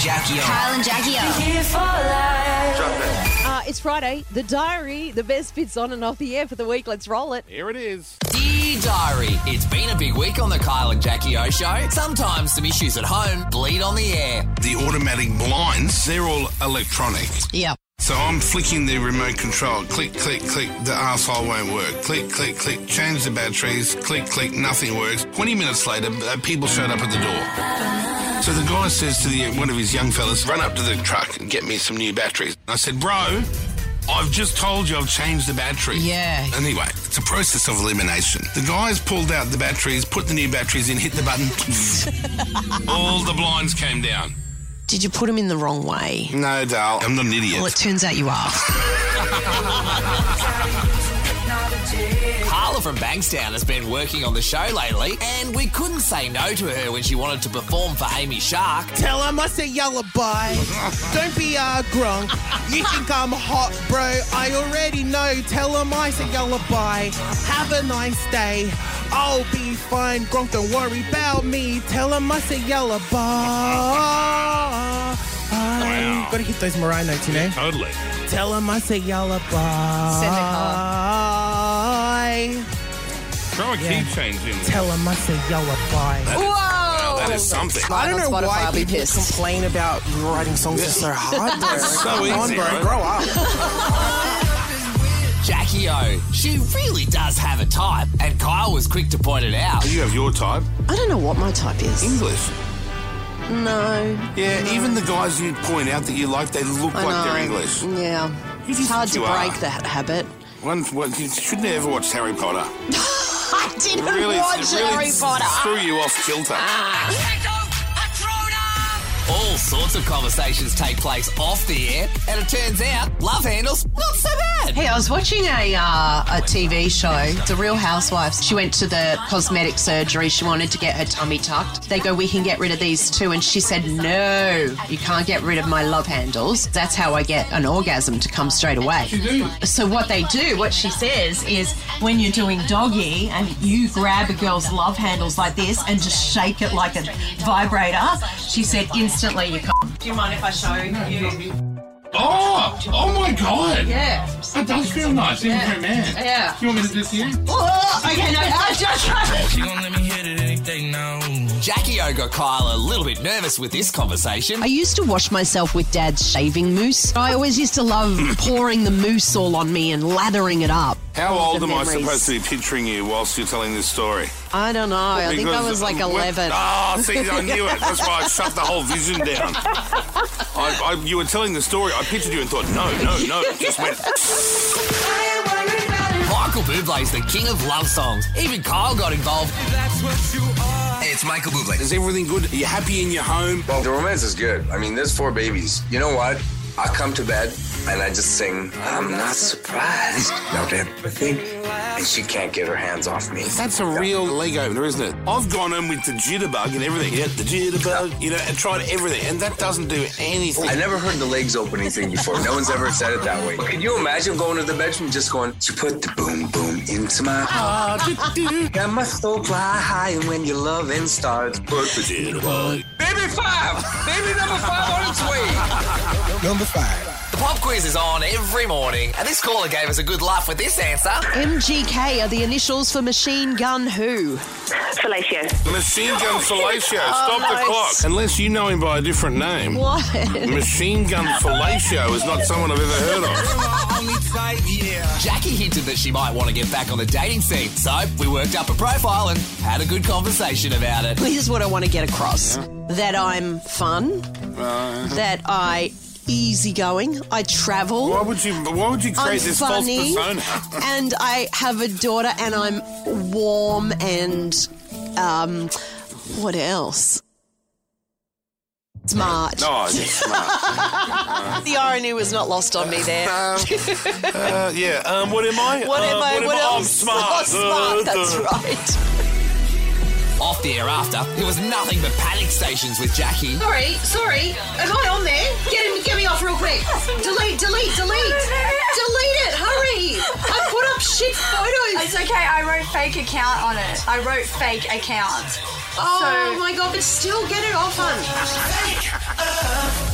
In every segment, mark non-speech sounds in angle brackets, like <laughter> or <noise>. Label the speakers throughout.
Speaker 1: Jackie O.
Speaker 2: Kyle and Jackie O.
Speaker 3: Uh, it's Friday. The diary, the best bits on and off the air for the week. Let's roll it.
Speaker 4: Here it is.
Speaker 1: Dear Diary, it's been a big week on the Kyle and Jackie O show. Sometimes some issues at home bleed on the air.
Speaker 5: the automatic blinds, they're all electronic.
Speaker 2: Yeah.
Speaker 5: So I'm flicking the remote control. Click, click, click, the arsehole won't work. Click, click, click, change the batteries. Click, click, nothing works. 20 minutes later, uh, people showed up at the door. So the guy says to the, one of his young fellas, run up to the truck and get me some new batteries. I said, bro, I've just told you I've changed the battery.
Speaker 2: Yeah.
Speaker 5: Anyway, it's a process of elimination. The guys pulled out the batteries, put the new batteries in, hit the button. <laughs> all the blinds came down.
Speaker 2: Did you put them in the wrong way?
Speaker 5: No, Dal. I'm not an idiot.
Speaker 2: Well, it turns out you are.
Speaker 1: Carla from Bankstown has been working on the show lately, and we couldn't say no to her when she wanted to perform for Amy Shark.
Speaker 6: Tell him I say yellow boy. Don't be uh, grunk. You think I'm hot, bro? I already know. Tell him I say yellow boy. Have a nice day. I'll be fine, grunk. Don't worry about me. Tell him I say yellow boy.
Speaker 4: Wow.
Speaker 6: Gotta hit those Mariah notes, you know.
Speaker 4: Totally.
Speaker 6: Tell him I say yellow boy.
Speaker 3: Send
Speaker 6: Send
Speaker 3: it,
Speaker 4: Throw a
Speaker 6: Yeah.
Speaker 4: key change in there.
Speaker 6: Tell him I say yellow boy.
Speaker 3: Whoa!
Speaker 5: that is something.
Speaker 6: I don't know
Speaker 3: Spotify,
Speaker 6: why
Speaker 3: I'll be
Speaker 6: people
Speaker 3: pissed.
Speaker 6: complain about writing songs that's so hard.
Speaker 5: <laughs>
Speaker 6: Bro. Come on,
Speaker 5: easy,
Speaker 6: bro.
Speaker 5: right?
Speaker 6: Grow up.
Speaker 1: Jackie O, she really does have a type, and Kyle was quick to point it out.
Speaker 5: You have your type.
Speaker 2: I don't know what my type is.
Speaker 5: English.
Speaker 2: No.
Speaker 5: Yeah, even the guys you point out that you like, they look
Speaker 2: I
Speaker 5: like
Speaker 2: know.
Speaker 5: they're English.
Speaker 2: Yeah.
Speaker 5: You
Speaker 2: It's
Speaker 5: just
Speaker 2: hard to
Speaker 5: think
Speaker 2: break
Speaker 5: you are.
Speaker 2: that habit.
Speaker 5: One, one, you shouldn't have ever watched Harry
Speaker 2: <laughs>
Speaker 5: Potter.
Speaker 2: I didn't
Speaker 5: really,
Speaker 2: watch
Speaker 5: it really
Speaker 2: Harry Potter. Ah,
Speaker 5: threw you off kilter.
Speaker 1: All sorts of conversations take place off the air, and it turns out love handles not so bad.
Speaker 2: Hey, I was watching a uh, a TV show, The Real Housewives. She went to the cosmetic surgery. She wanted to get her tummy tucked. They go, "We can get rid of these two," and she said, "No, you can't get rid of my love handles. That's how I get an orgasm to come straight away." So what they do, what she says is, when you're doing doggy and you grab a girl's love handles like this and just shake it like a vibrator, she said instantly you. Come. Do you mind if I show you?
Speaker 4: Oh! Oh my god!
Speaker 2: Yeah.
Speaker 4: That does feel nice, even for a man.
Speaker 2: Yeah.
Speaker 4: You want me to do this here?
Speaker 2: Oh, okay, <laughs> no, I just.
Speaker 1: Jackie O got Kyle a little bit nervous with this conversation.
Speaker 2: I used to wash myself with dad's shaving mousse. I always used to love pouring the mousse all on me and lathering it up.
Speaker 5: How old
Speaker 2: the
Speaker 5: am I
Speaker 2: memories.
Speaker 5: supposed to be picturing you whilst you're telling this story?
Speaker 2: I don't know. I think I
Speaker 5: Because,
Speaker 2: was like
Speaker 5: um, when-
Speaker 2: 11. <laughs>
Speaker 5: Ah, see, I knew it. That's why I shut the whole vision down. I, I, you were telling the story. I pictured you and thought, no, no, no. It Just went. <laughs>
Speaker 1: Michael Bublé's the king of love songs. Even Kyle got involved. It's Michael Bublé.
Speaker 5: Is everything good? Are you happy in your home?
Speaker 7: Well, the romance is good. I mean, there's four babies. You know what? I come to bed and I just sing, I'm not surprised about everything. And she can't get her hands
Speaker 8: <laughs>
Speaker 7: off me.
Speaker 5: That's a real leg opener, isn't it? I've gone in with the jitterbug and everything. Yeah, the jitterbug, you know, and tried everything, and that doesn't do
Speaker 2: <laughs>
Speaker 5: anything.
Speaker 7: I never heard the legs opening thing before. No one's ever said it that way. Can you imagine going to the bedroom just going, She put the boom boom into my heart.
Speaker 2: Ah,
Speaker 7: I must so fly high, and when your loving starts, put the jitterbug. Baby five! Baby number five on its way!
Speaker 1: The pop quiz is on every morning, and this caller gave us a good laugh with this answer.
Speaker 2: MGK are the initials for Machine Gun Who.
Speaker 9: Fellatio.
Speaker 5: Machine Gun
Speaker 2: Oh,
Speaker 5: Fellatio, stop the clock. Unless you know him by a different name.
Speaker 2: What?
Speaker 5: Machine Gun Fellatio is not someone I've ever heard of.
Speaker 1: Jackie hinted that she might want to get back on the dating scene, so we worked up a profile and had a good conversation about it.
Speaker 2: Here's what I want to get across that I'm fun, that I easygoing, I travel.
Speaker 5: Why would you? Why would you create
Speaker 2: I'm
Speaker 5: this
Speaker 2: Oh, funny, <laughs>
Speaker 5: false persona?
Speaker 2: and I have a daughter, and I'm warm, and um, what else? Smart.
Speaker 5: No, it's smart.
Speaker 2: <laughs>
Speaker 5: Um,
Speaker 2: The irony was not lost on me there.
Speaker 5: Uh, yeah. Um, what am I?
Speaker 2: what am
Speaker 5: Um,
Speaker 2: I?
Speaker 5: What,
Speaker 2: What
Speaker 5: am I? I'm
Speaker 2: else? <laughs>
Speaker 5: smart.
Speaker 2: Oh, smart.
Speaker 5: Uh,
Speaker 2: That's
Speaker 5: uh.
Speaker 2: right.
Speaker 1: Off the air after, it was nothing but panic stations with Jackie.
Speaker 2: Sorry, sorry. Am I on there? Get him, get me off real quick. Delete, delete, delete, delete it. Hurry! I put up shit photos.
Speaker 9: It's okay, I wrote fake account on it. I wrote fake account.
Speaker 2: Oh my god! But still, get it off, hun.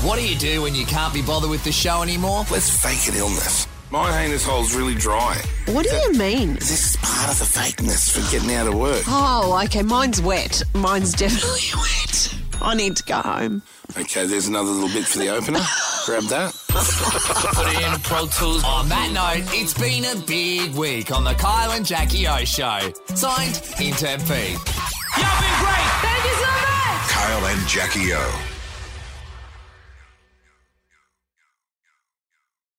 Speaker 1: What do you do when you can't be bothered with the show anymore?
Speaker 5: Let's fake an illness. My anus hole's really dry.
Speaker 2: What do you mean?
Speaker 5: This is part of the fakeness for getting out of work.
Speaker 2: Oh, okay. Mine's wet. Mine's definitely <laughs> wet. I need to go home.
Speaker 5: Okay, there's another little bit for the opener. Grab that.
Speaker 1: Put it in Pro Tools. On that note, it's been a big week on the Kyle and Jackie O Show. Signed, Intern P.
Speaker 10: Y'all been great.
Speaker 3: Thank you so much.
Speaker 8: Kyle and Jackie O.